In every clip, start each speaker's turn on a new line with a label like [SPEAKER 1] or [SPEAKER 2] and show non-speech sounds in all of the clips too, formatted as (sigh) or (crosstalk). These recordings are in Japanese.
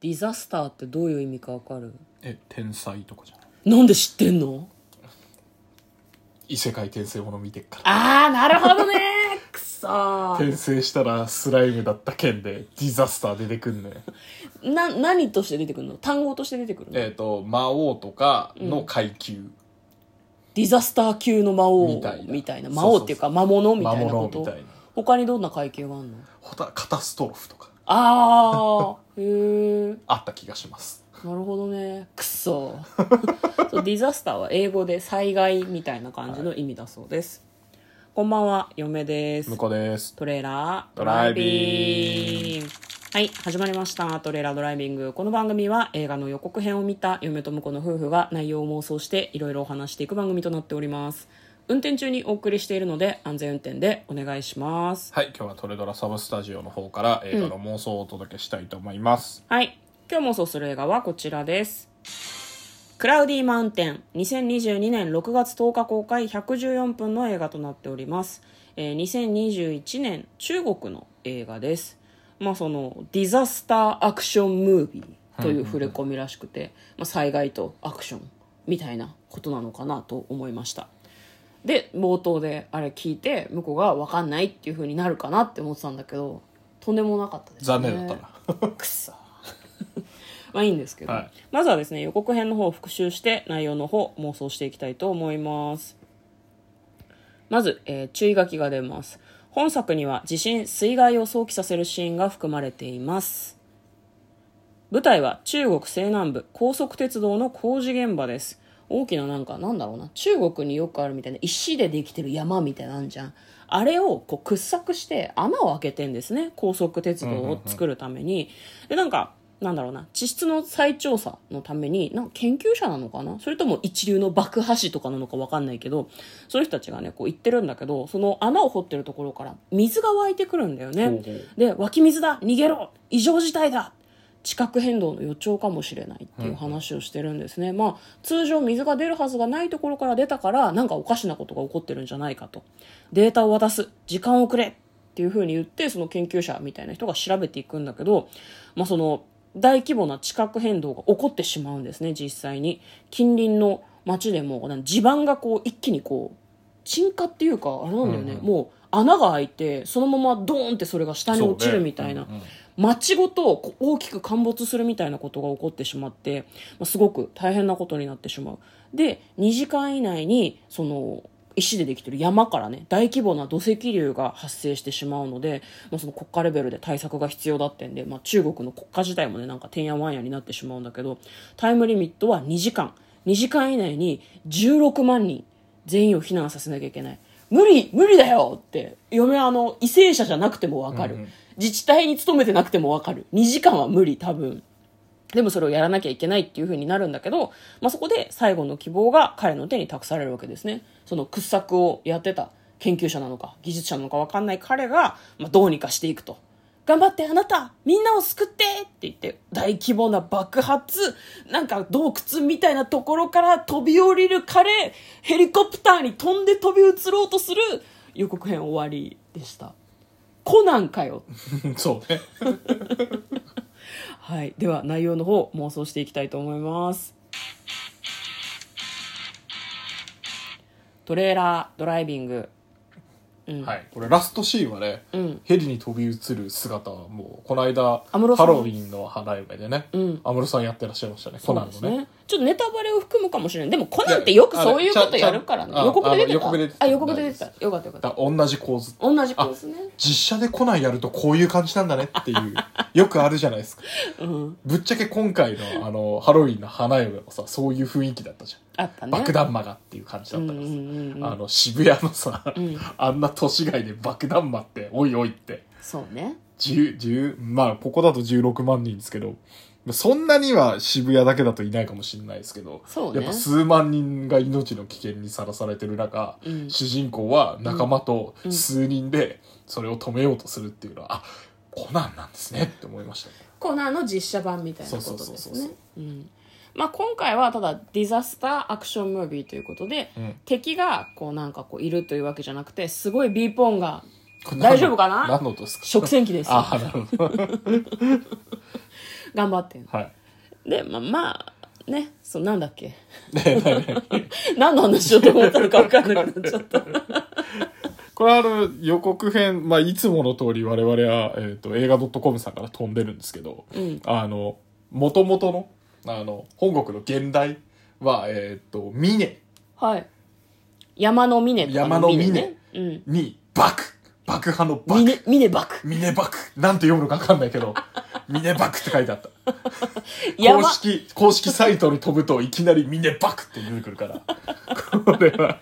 [SPEAKER 1] ディザスターってどういう意味かわかる
[SPEAKER 2] え天才とかじゃない
[SPEAKER 1] なんで知ってんの
[SPEAKER 2] 異世界転生もの見てっから
[SPEAKER 1] ああ、なるほど (laughs) ねくそー
[SPEAKER 2] 転生したらスライムだった件でディザスター出てくんねん
[SPEAKER 1] な、何として出てくるの単語として出てくるの
[SPEAKER 2] えっと魔王とかの階級、
[SPEAKER 1] ディザスター級の魔王
[SPEAKER 2] みたいな
[SPEAKER 1] 魔王っていうか魔物みたいなこ
[SPEAKER 2] 魔
[SPEAKER 1] と
[SPEAKER 2] 物みたいな
[SPEAKER 1] 他にどんな階級があるの
[SPEAKER 2] ほたカタストロフとか
[SPEAKER 1] ああ (laughs) へえ
[SPEAKER 2] あった気がします
[SPEAKER 1] なるほどねくそ (laughs) そうディザスターは英語で災害みたいな感じの意味だそうです、こんばんは嫁です
[SPEAKER 2] 向こうです
[SPEAKER 1] トレーラード
[SPEAKER 2] ドライビ
[SPEAKER 1] ングはい始まりましたトレーラードライビングこの番組は映画の予告編を見た嫁と婿の夫婦が内容を妄想していろいろお話していく番組となっております運転中にお送りしているので安全運転でお願いします
[SPEAKER 2] はい今日はトレドラサブスタジオの方から映画の妄想をお届けしたいと思います、
[SPEAKER 1] はい今日妄想する映画はこちらですクラウディマウンテン2022年6月10日公開114分の映画となっております、えー2021年中国の映画ですまあそのディザスターアクションムービーという触れ込みらしくて、まあ、災害とアクションみたいなことなのかなと思いましたで冒頭であれ聞いて向こうが分かんないっていう風になるかなって思ってたんだけどとんでもなかったですね
[SPEAKER 2] 残念だったな、
[SPEAKER 1] くそまあいいんですけど、
[SPEAKER 2] はい
[SPEAKER 1] まずはですね予告編の方を復習して内容の方妄想していきたいと思いますまず、えー注意書きが出ます本作には地震水害を想起させるシーンが含まれています舞台は中国西南部高速鉄道の工事現場です大きななんかなんだろうな中国によくあるみたいな石でできてる山みたいなのあんじゃんあれをこう掘削して穴を開けてんですね高速鉄道を作るために、でなんかなんだろうな地質の再調査のためになんか研究者なのかなそれとも一流の爆破師とかなのかわかんないけどそういう人たちがねこう行ってるんだけどその穴を掘ってるところから水が湧いてくるんだよね、
[SPEAKER 2] ほうほう
[SPEAKER 1] で湧き水だ逃げろ異常事態だ地殻変動の予兆かもしれないっていう話をしてるんですね、まあ通常水が出るはずがないところから出たからなんかおかしなことが起こってるんじゃないかとデータを渡す時間をくれっていうふうに言ってその研究者みたいな人が調べていくんだけど、まあ、その大規模な地殻変動が起こってしまうんですね実際に近隣の町でもなん地盤がこう一気にこう沈下っていうかあれなんだよね、
[SPEAKER 2] うんうん
[SPEAKER 1] もう穴が開いてそのままドーンってそれが下に落ちるみたいな、
[SPEAKER 2] そうね
[SPEAKER 1] 町ごとこう大きく陥没するみたいなことが起こってしまって、まあ、すごく大変なことになってしまうで2時間以内にその石でできてる山からね大規模な土石流が発生してしまうので、まあ、その国家レベルで対策が必要だってんで、まあ、中国の国家自体もねなんかてんやわんやになってしまうんだけどタイムリミットは2時間2時間以内に16万人全員を避難させなきゃいけない無理無理だよって嫁はあの為政者じゃなくてもわかる、
[SPEAKER 2] うんうん
[SPEAKER 1] 自治体に勤めてなくてもわかる2時間は無理多分でもそれをやらなきゃいけないっていう風になるんだけど、まあ、そこで最後の希望が彼の手に託されるわけですねその掘削をやってた研究者なのか技術者なのかわかんない彼が、まあ、どうにかしていくと頑張ってあなたみんなを救ってって言って大規模な爆発なんか洞窟みたいなところから飛び降りる彼ヘリコプターに飛んで飛び移ろうとする予告編終わりでしたコナンかよ
[SPEAKER 2] うん (laughs) うんそうね
[SPEAKER 1] はい、では内容の方妄想していきたいと思いますトレーラードライビング
[SPEAKER 2] はい、これラストシーンはね、
[SPEAKER 1] ん
[SPEAKER 2] ヘリに飛び移る姿はもうこの間
[SPEAKER 1] 安室さ
[SPEAKER 2] ハ
[SPEAKER 1] ん
[SPEAKER 2] ロウィンの花嫁でね
[SPEAKER 1] ん
[SPEAKER 2] 安室、さんやってらっしゃいましたねコナンのね
[SPEAKER 1] ちょっとネタバレを含むかもしれないでもコナンってよくそういうことやるからね
[SPEAKER 2] いやあれ
[SPEAKER 1] 予告で出てた
[SPEAKER 2] あの予告で出てた
[SPEAKER 1] あ予告で出てたよかったよかった
[SPEAKER 2] だから同じ構図
[SPEAKER 1] 同じ子ですね
[SPEAKER 2] 実写でコナンやるとこういう感じなんだねっていう
[SPEAKER 1] (laughs)
[SPEAKER 2] よくあるじゃないですか、ぶっちゃけ今回のあのハロウィンの花嫁もさそういう雰囲気だったじゃん
[SPEAKER 1] あったね
[SPEAKER 2] 爆弾魔がっていう感じだったからさ、
[SPEAKER 1] うんうんうんうん
[SPEAKER 2] あの渋谷のさ、あんな都市街で爆弾魔っておいおいって
[SPEAKER 1] そうね
[SPEAKER 2] 10 10まあここだと16万人ですけどそんなには渋谷だけだといないかもしれないですけど、
[SPEAKER 1] そうね
[SPEAKER 2] やっぱ数万人が命の危険にさらされてる中、
[SPEAKER 1] うん
[SPEAKER 2] 主人公は仲間と数人でそれを止めようとするっていうのは、あコナンなんですねって思いましたね
[SPEAKER 1] コナンの実写版みたいなこと
[SPEAKER 2] そ
[SPEAKER 1] で
[SPEAKER 2] うそ
[SPEAKER 1] す
[SPEAKER 2] うそうそう
[SPEAKER 1] ね
[SPEAKER 2] そう
[SPEAKER 1] うんまあ今回はただディザスターアクションムービーということで、
[SPEAKER 2] うん
[SPEAKER 1] 敵がこうなんかこういるというわけじゃなくてすごい B ポンが
[SPEAKER 2] これ
[SPEAKER 1] 大丈夫かな
[SPEAKER 2] 何の何の音ですか
[SPEAKER 1] 食洗機です
[SPEAKER 2] あなるほど
[SPEAKER 1] 頑張ってんの
[SPEAKER 2] はい。
[SPEAKER 1] でまあまあねそうなんだっ
[SPEAKER 2] (laughs)
[SPEAKER 1] け
[SPEAKER 2] で何々
[SPEAKER 1] (laughs) 何の話しようと思ったのか分かんなくなっちゃった
[SPEAKER 2] これはあの予告編、まあ、いつもの通り我々は、えー、と映画 .com さんから飛んでるんですけど、
[SPEAKER 1] うん
[SPEAKER 2] あの元々のあの本国の現代は、えー、と峰
[SPEAKER 1] はい山の峰とか
[SPEAKER 2] 山の峰
[SPEAKER 1] ねうん
[SPEAKER 2] に爆爆破の爆
[SPEAKER 1] 峰峰爆
[SPEAKER 2] 峰爆なんて読むのか分かんない
[SPEAKER 1] (laughs)
[SPEAKER 2] けど峰爆って書いてあった公
[SPEAKER 1] 山
[SPEAKER 2] 式公式サイトに飛ぶといきなり峰爆って出てくるからこれは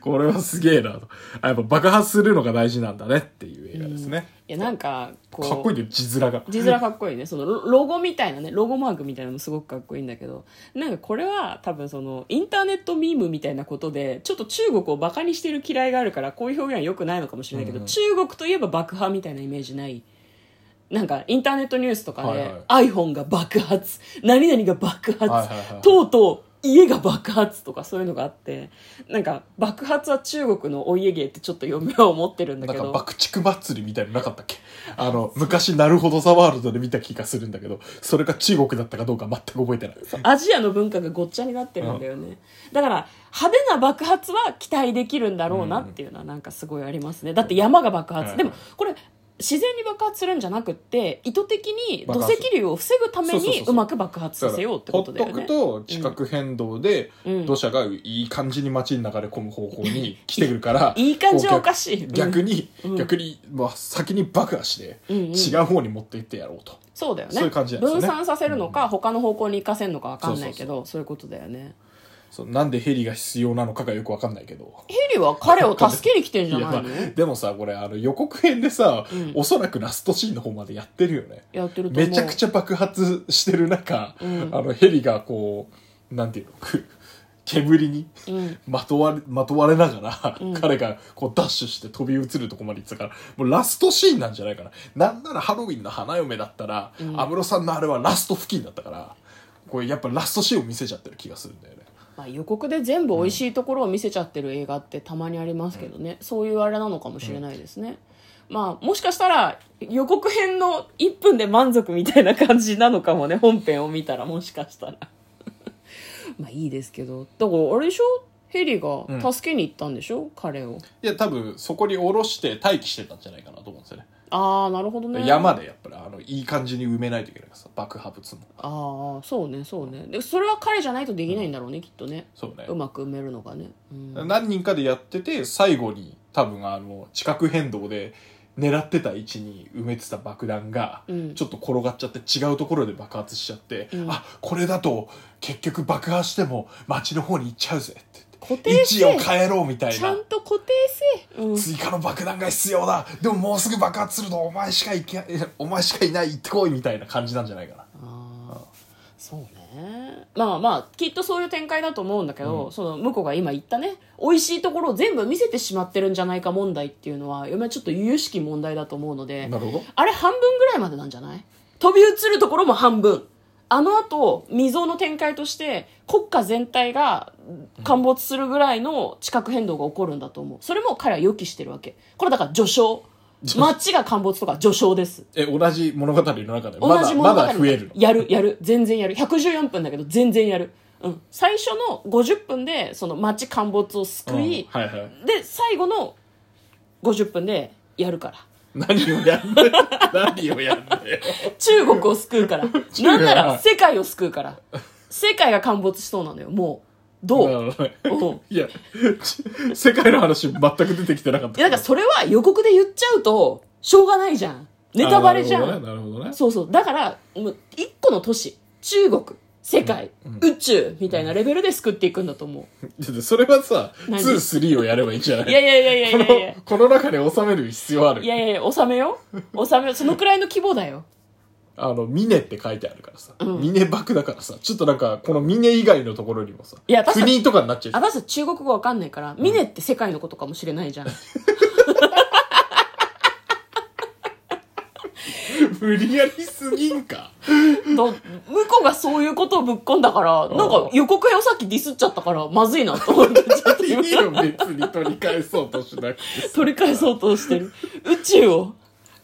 [SPEAKER 2] これはすげえなとあやっぱ爆破するのが大事なんだねっていう映画ですね、
[SPEAKER 1] いやなんかこう
[SPEAKER 2] かっこいいね字面が
[SPEAKER 1] 字面かっこいいねそのロロゴみたいなねロゴマークみたいなのもすごくかっこいいんだけどなんかこれは多分そのインターネットミームみたいなことでちょっと中国をバカにしてる嫌いがあるからこういう表現は良くないのかもしれないけど、
[SPEAKER 2] うん
[SPEAKER 1] 中国といえば爆破みたいなイメージないなんかインターネットニュースとかで、iPhone が爆発何々が爆発、
[SPEAKER 2] はいはいはい
[SPEAKER 1] とうとう家が爆発とかそういうのがあってなんか爆発は中国のお家芸ってちょっと嫁は思ってるんだ
[SPEAKER 2] なん
[SPEAKER 1] け
[SPEAKER 2] か
[SPEAKER 1] ど
[SPEAKER 2] 爆竹祭りみたいなのなかったっけあの昔なるほどザワールドで見た気がするんだけどそれが中国だったかどうか全く覚えてない
[SPEAKER 1] アジアの文化がごっちゃになってるんだよね、だから派手な爆発は期待できるんだろうなっていうのはなんかすごいありますねだって山が爆発、
[SPEAKER 2] うん
[SPEAKER 1] でもこれ自然に爆発するんじゃなくって意図的に土
[SPEAKER 2] 爆発
[SPEAKER 1] 石流を防ぐため
[SPEAKER 2] そうそうそう
[SPEAKER 1] に
[SPEAKER 2] そう
[SPEAKER 1] うまく爆発させようってことだよ
[SPEAKER 2] ほっ
[SPEAKER 1] ね
[SPEAKER 2] とくと地殻変動で
[SPEAKER 1] うん
[SPEAKER 2] 土砂がいい感じに街に流れ込む方向に来てくるから
[SPEAKER 1] いい感じはおかしい
[SPEAKER 2] こう逆逆に、逆に、まあ、先に爆破して
[SPEAKER 1] うんうん
[SPEAKER 2] 違う方に持っていってやろうと、
[SPEAKER 1] そうだよね
[SPEAKER 2] そういう感じなんです
[SPEAKER 1] 分
[SPEAKER 2] よね
[SPEAKER 1] 散させるのか、他の方向に行かせるのか分かんないけどそういうことだよね
[SPEAKER 2] そうなんでヘリが必要なのかがよくわかんないけど
[SPEAKER 1] ヘリは彼を助けに来てん
[SPEAKER 2] い
[SPEAKER 1] じゃ
[SPEAKER 2] や、
[SPEAKER 1] ない
[SPEAKER 2] まあ
[SPEAKER 1] の、
[SPEAKER 2] でもさこれあの予告編でさ、
[SPEAKER 1] うん
[SPEAKER 2] おそらくラストシーンの方までやってるよね
[SPEAKER 1] やってると思
[SPEAKER 2] め
[SPEAKER 1] う
[SPEAKER 2] ちゃくちゃ爆発してる中、
[SPEAKER 1] うん
[SPEAKER 2] あのヘリがこうなんていうのく煙に
[SPEAKER 1] うん
[SPEAKER 2] まとわれまとわれながら、
[SPEAKER 1] うん
[SPEAKER 2] 彼がこうダッシュして飛び移るとこまで行ってたからもうラストシーンなんじゃないかななんならハロウィンの花嫁だったら
[SPEAKER 1] う
[SPEAKER 2] 安
[SPEAKER 1] ん
[SPEAKER 2] 室、さんのあれはラスト付近だったからこれやっぱラストシーンを見せちゃってる気がするんだよね
[SPEAKER 1] まあ、予告で全部美味しいところを見せちゃってる映画ってたまにありますけどね、そういうあれなのかもしれないですね、まあもしかしたら予告編の1分で満足みたいな感じなのかもね (laughs) 本編を見たらもしかしたら (laughs) まあいいですけどだからあれでしょヘリが助けに行ったんでしょ、彼を
[SPEAKER 2] いや多分そこに下ろして待機してたんじゃないかなと思うんですよね
[SPEAKER 1] ああなるほどね
[SPEAKER 2] 山でやっぱりあのいい感じに埋めないといけないからさ爆破物も
[SPEAKER 1] ああそうねそうねでそれは彼じゃないとできないんだろうね、きっとね
[SPEAKER 2] そうね
[SPEAKER 1] うまく埋めるのがね、うん
[SPEAKER 2] 何人かでやってて最後に多分あの地殻変動で狙ってた位置に埋めてた爆弾が
[SPEAKER 1] うん
[SPEAKER 2] ちょっと転がっちゃって違うところで爆発しちゃって、
[SPEAKER 1] うん
[SPEAKER 2] あこれだと結局爆破しても街の方に行っちゃうぜって
[SPEAKER 1] 固
[SPEAKER 2] 言って
[SPEAKER 1] 定
[SPEAKER 2] 位置を
[SPEAKER 1] 性
[SPEAKER 2] 変えろみたい
[SPEAKER 1] ちゃ
[SPEAKER 2] なん
[SPEAKER 1] と固定性、うん、
[SPEAKER 2] 追加の爆弾が必要だでももうすぐ爆発するのお前しかいけお前しかいない行ってこいみたいな感じなんじゃないかな
[SPEAKER 1] ああそうねまあまあきっとそういう展開だと思うんだけど、
[SPEAKER 2] うん
[SPEAKER 1] その向こうが今言ったね美味しいところを全部見せてしまってるんじゃないか問題っていうのは嫁はちょっと由々しき問題だと思うので
[SPEAKER 2] なるほど
[SPEAKER 1] あれ半分ぐらいまでなんじゃない飛び移るところも半分あの後未曾有の展開として国家全体が陥没するぐらいの地殻変動が起こるんだと思うそれも彼は予期してるわけこれだから序
[SPEAKER 2] (laughs)
[SPEAKER 1] 章街が陥没とか序章です
[SPEAKER 2] え同じ物語の中でま
[SPEAKER 1] 同じ
[SPEAKER 2] だ
[SPEAKER 1] 物
[SPEAKER 2] ま
[SPEAKER 1] 語
[SPEAKER 2] だ増えるの
[SPEAKER 1] やるやる全然やる114分だけど全然やる、うん、最初の50分でその町陥没を救い、
[SPEAKER 2] うんはいはい
[SPEAKER 1] で最後の50分でやるから
[SPEAKER 2] 何をやんだよ何をやんだよ
[SPEAKER 1] 中国を救うから
[SPEAKER 2] (laughs)
[SPEAKER 1] なんなら世界を救うから世界が陥没しそうなのよもうどう
[SPEAKER 2] なるほどね
[SPEAKER 1] うん
[SPEAKER 2] いやち世界の話全く出てきてなかった
[SPEAKER 1] いやだからそれは予告で言っちゃうとしょうがないじゃんネタバレじゃん
[SPEAKER 2] あなるほどねなるほどね
[SPEAKER 1] そうそう。だから、もう、一個の都市、中国、世界、宇宙、みたいなレベルで救っていくんだと思う。
[SPEAKER 2] だってそれはさ
[SPEAKER 1] 何
[SPEAKER 2] 23をやればいいじゃない
[SPEAKER 1] いやいやいやいやい
[SPEAKER 2] この
[SPEAKER 1] やいや。
[SPEAKER 2] この中で収める必要ある
[SPEAKER 1] いやいやいや、収めよ。収めよ。そのくらいの規模だよ。
[SPEAKER 2] あの「ミネ」って書いてあるからさ「ミネバク」だからさちょっとなんかこの「ミネ」以外のところにもさ
[SPEAKER 1] いや確かに
[SPEAKER 2] 国とかになっちゃうじゃん
[SPEAKER 1] 私たち中国語わかんないから、ミネって世界のことかもしれないじゃん。
[SPEAKER 2] (laughs) 無理やりすぎんか
[SPEAKER 1] と、向こうがそういうことをぶっ込んだから、なんか予告編をさっきディスっちゃったから、まずいなと思って、ちょっと
[SPEAKER 2] いい
[SPEAKER 1] 今
[SPEAKER 2] よ別に取り返そうとしなくて
[SPEAKER 1] 取り返そうとしてる。宇宙を、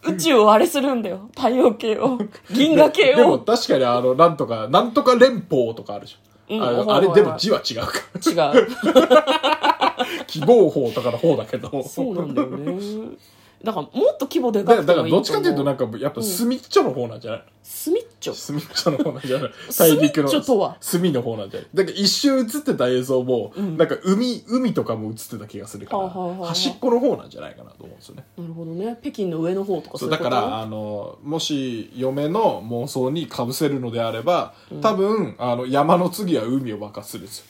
[SPEAKER 1] 宇宙をあれするんだよ。太陽系を。銀河系
[SPEAKER 2] でも
[SPEAKER 1] を。
[SPEAKER 2] 確かにあの、なんとか、なんとか連邦とかあるじゃん。
[SPEAKER 1] うん
[SPEAKER 2] あ
[SPEAKER 1] はいはい
[SPEAKER 2] の
[SPEAKER 1] はい
[SPEAKER 2] あれ、でも字は違うか。 (laughs)
[SPEAKER 1] 違う。
[SPEAKER 2] 希望法とかの方だけど。
[SPEAKER 1] (laughs) そうなんだよね。だから、もっと規模でか
[SPEAKER 2] だ
[SPEAKER 1] くてもいいと思う。
[SPEAKER 2] だからどっちかというとなんかやっぱ隅っちょの方なんじゃない、
[SPEAKER 1] 隅っちょ。
[SPEAKER 2] 隅っちょの方なんじゃない
[SPEAKER 1] 隅っちょとは
[SPEAKER 2] 隅の方なんじゃないだから一周映ってた映像も、
[SPEAKER 1] ん
[SPEAKER 2] なんか海海とかも映ってた気がするから、
[SPEAKER 1] はあはあはあはあ
[SPEAKER 2] 端っこの方なんじゃないかなと思うんですよね
[SPEAKER 1] なるほどね。北京の上の方とか
[SPEAKER 2] そう
[SPEAKER 1] い
[SPEAKER 2] だ
[SPEAKER 1] こ
[SPEAKER 2] か
[SPEAKER 1] と
[SPEAKER 2] らあのもし嫁の妄想にかぶせるのであれば多分あの山の次は海を爆発するんですよ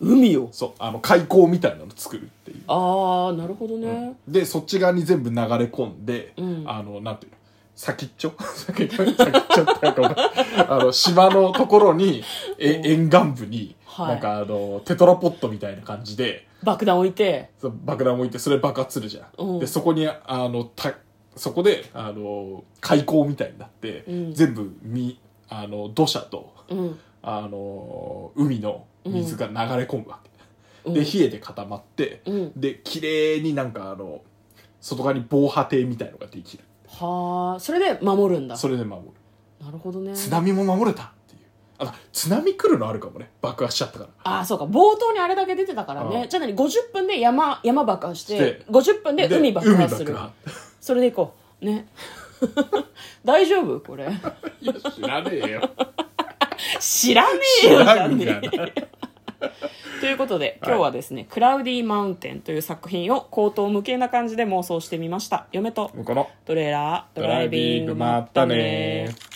[SPEAKER 1] 海を。
[SPEAKER 2] そうあの開口みたいなの作るっていう
[SPEAKER 1] ああ、なるほどね。
[SPEAKER 2] でそっち側に全部流れ込んで、
[SPEAKER 1] うん
[SPEAKER 2] あのなんていうの先っちょ (laughs) 先っちょ先っちょってなんか俺あの島のところにえ沿岸部に、
[SPEAKER 1] はい
[SPEAKER 2] なんかあのテトラポットみたいな感じで
[SPEAKER 1] 爆弾置いて。
[SPEAKER 2] その爆弾置いてそれ爆発するじゃん、
[SPEAKER 1] うん
[SPEAKER 2] でそこにあのたそこであの開口みたいになって、
[SPEAKER 1] うん
[SPEAKER 2] 全部みあの土砂と
[SPEAKER 1] うん。
[SPEAKER 2] あの海の水が流れ込むわけ、
[SPEAKER 1] うん
[SPEAKER 2] で冷えて固まって、
[SPEAKER 1] うん
[SPEAKER 2] で綺麗になんかあの外側に防波堤みたいのができる
[SPEAKER 1] はあ。それで守るんだ。
[SPEAKER 2] それで守る
[SPEAKER 1] なるほどね。
[SPEAKER 2] 津波も守れたっていうあ津波来るのあるかもね爆破しちゃったから
[SPEAKER 1] ああ、そうか。冒頭にあれだけ出てたから
[SPEAKER 2] う
[SPEAKER 1] ね。
[SPEAKER 2] ん
[SPEAKER 1] じゃあ何 ?50 分で山、山爆破し
[SPEAKER 2] して
[SPEAKER 1] て、50分で海爆破す
[SPEAKER 2] 海
[SPEAKER 1] る。
[SPEAKER 2] 爆
[SPEAKER 1] それでいこう。ね。 (laughs) 大丈夫これ。
[SPEAKER 2] 破いや知らね
[SPEAKER 1] (laughs)
[SPEAKER 2] えよ
[SPEAKER 1] 知らねえ
[SPEAKER 2] 知
[SPEAKER 1] よ
[SPEAKER 2] らんがな
[SPEAKER 1] ということで今日はですね「クラウディ・マウンテン」という作品を口頭無形な感じで妄想してみました嫁と
[SPEAKER 2] この
[SPEAKER 1] トレーラード
[SPEAKER 2] ドライビングまったねー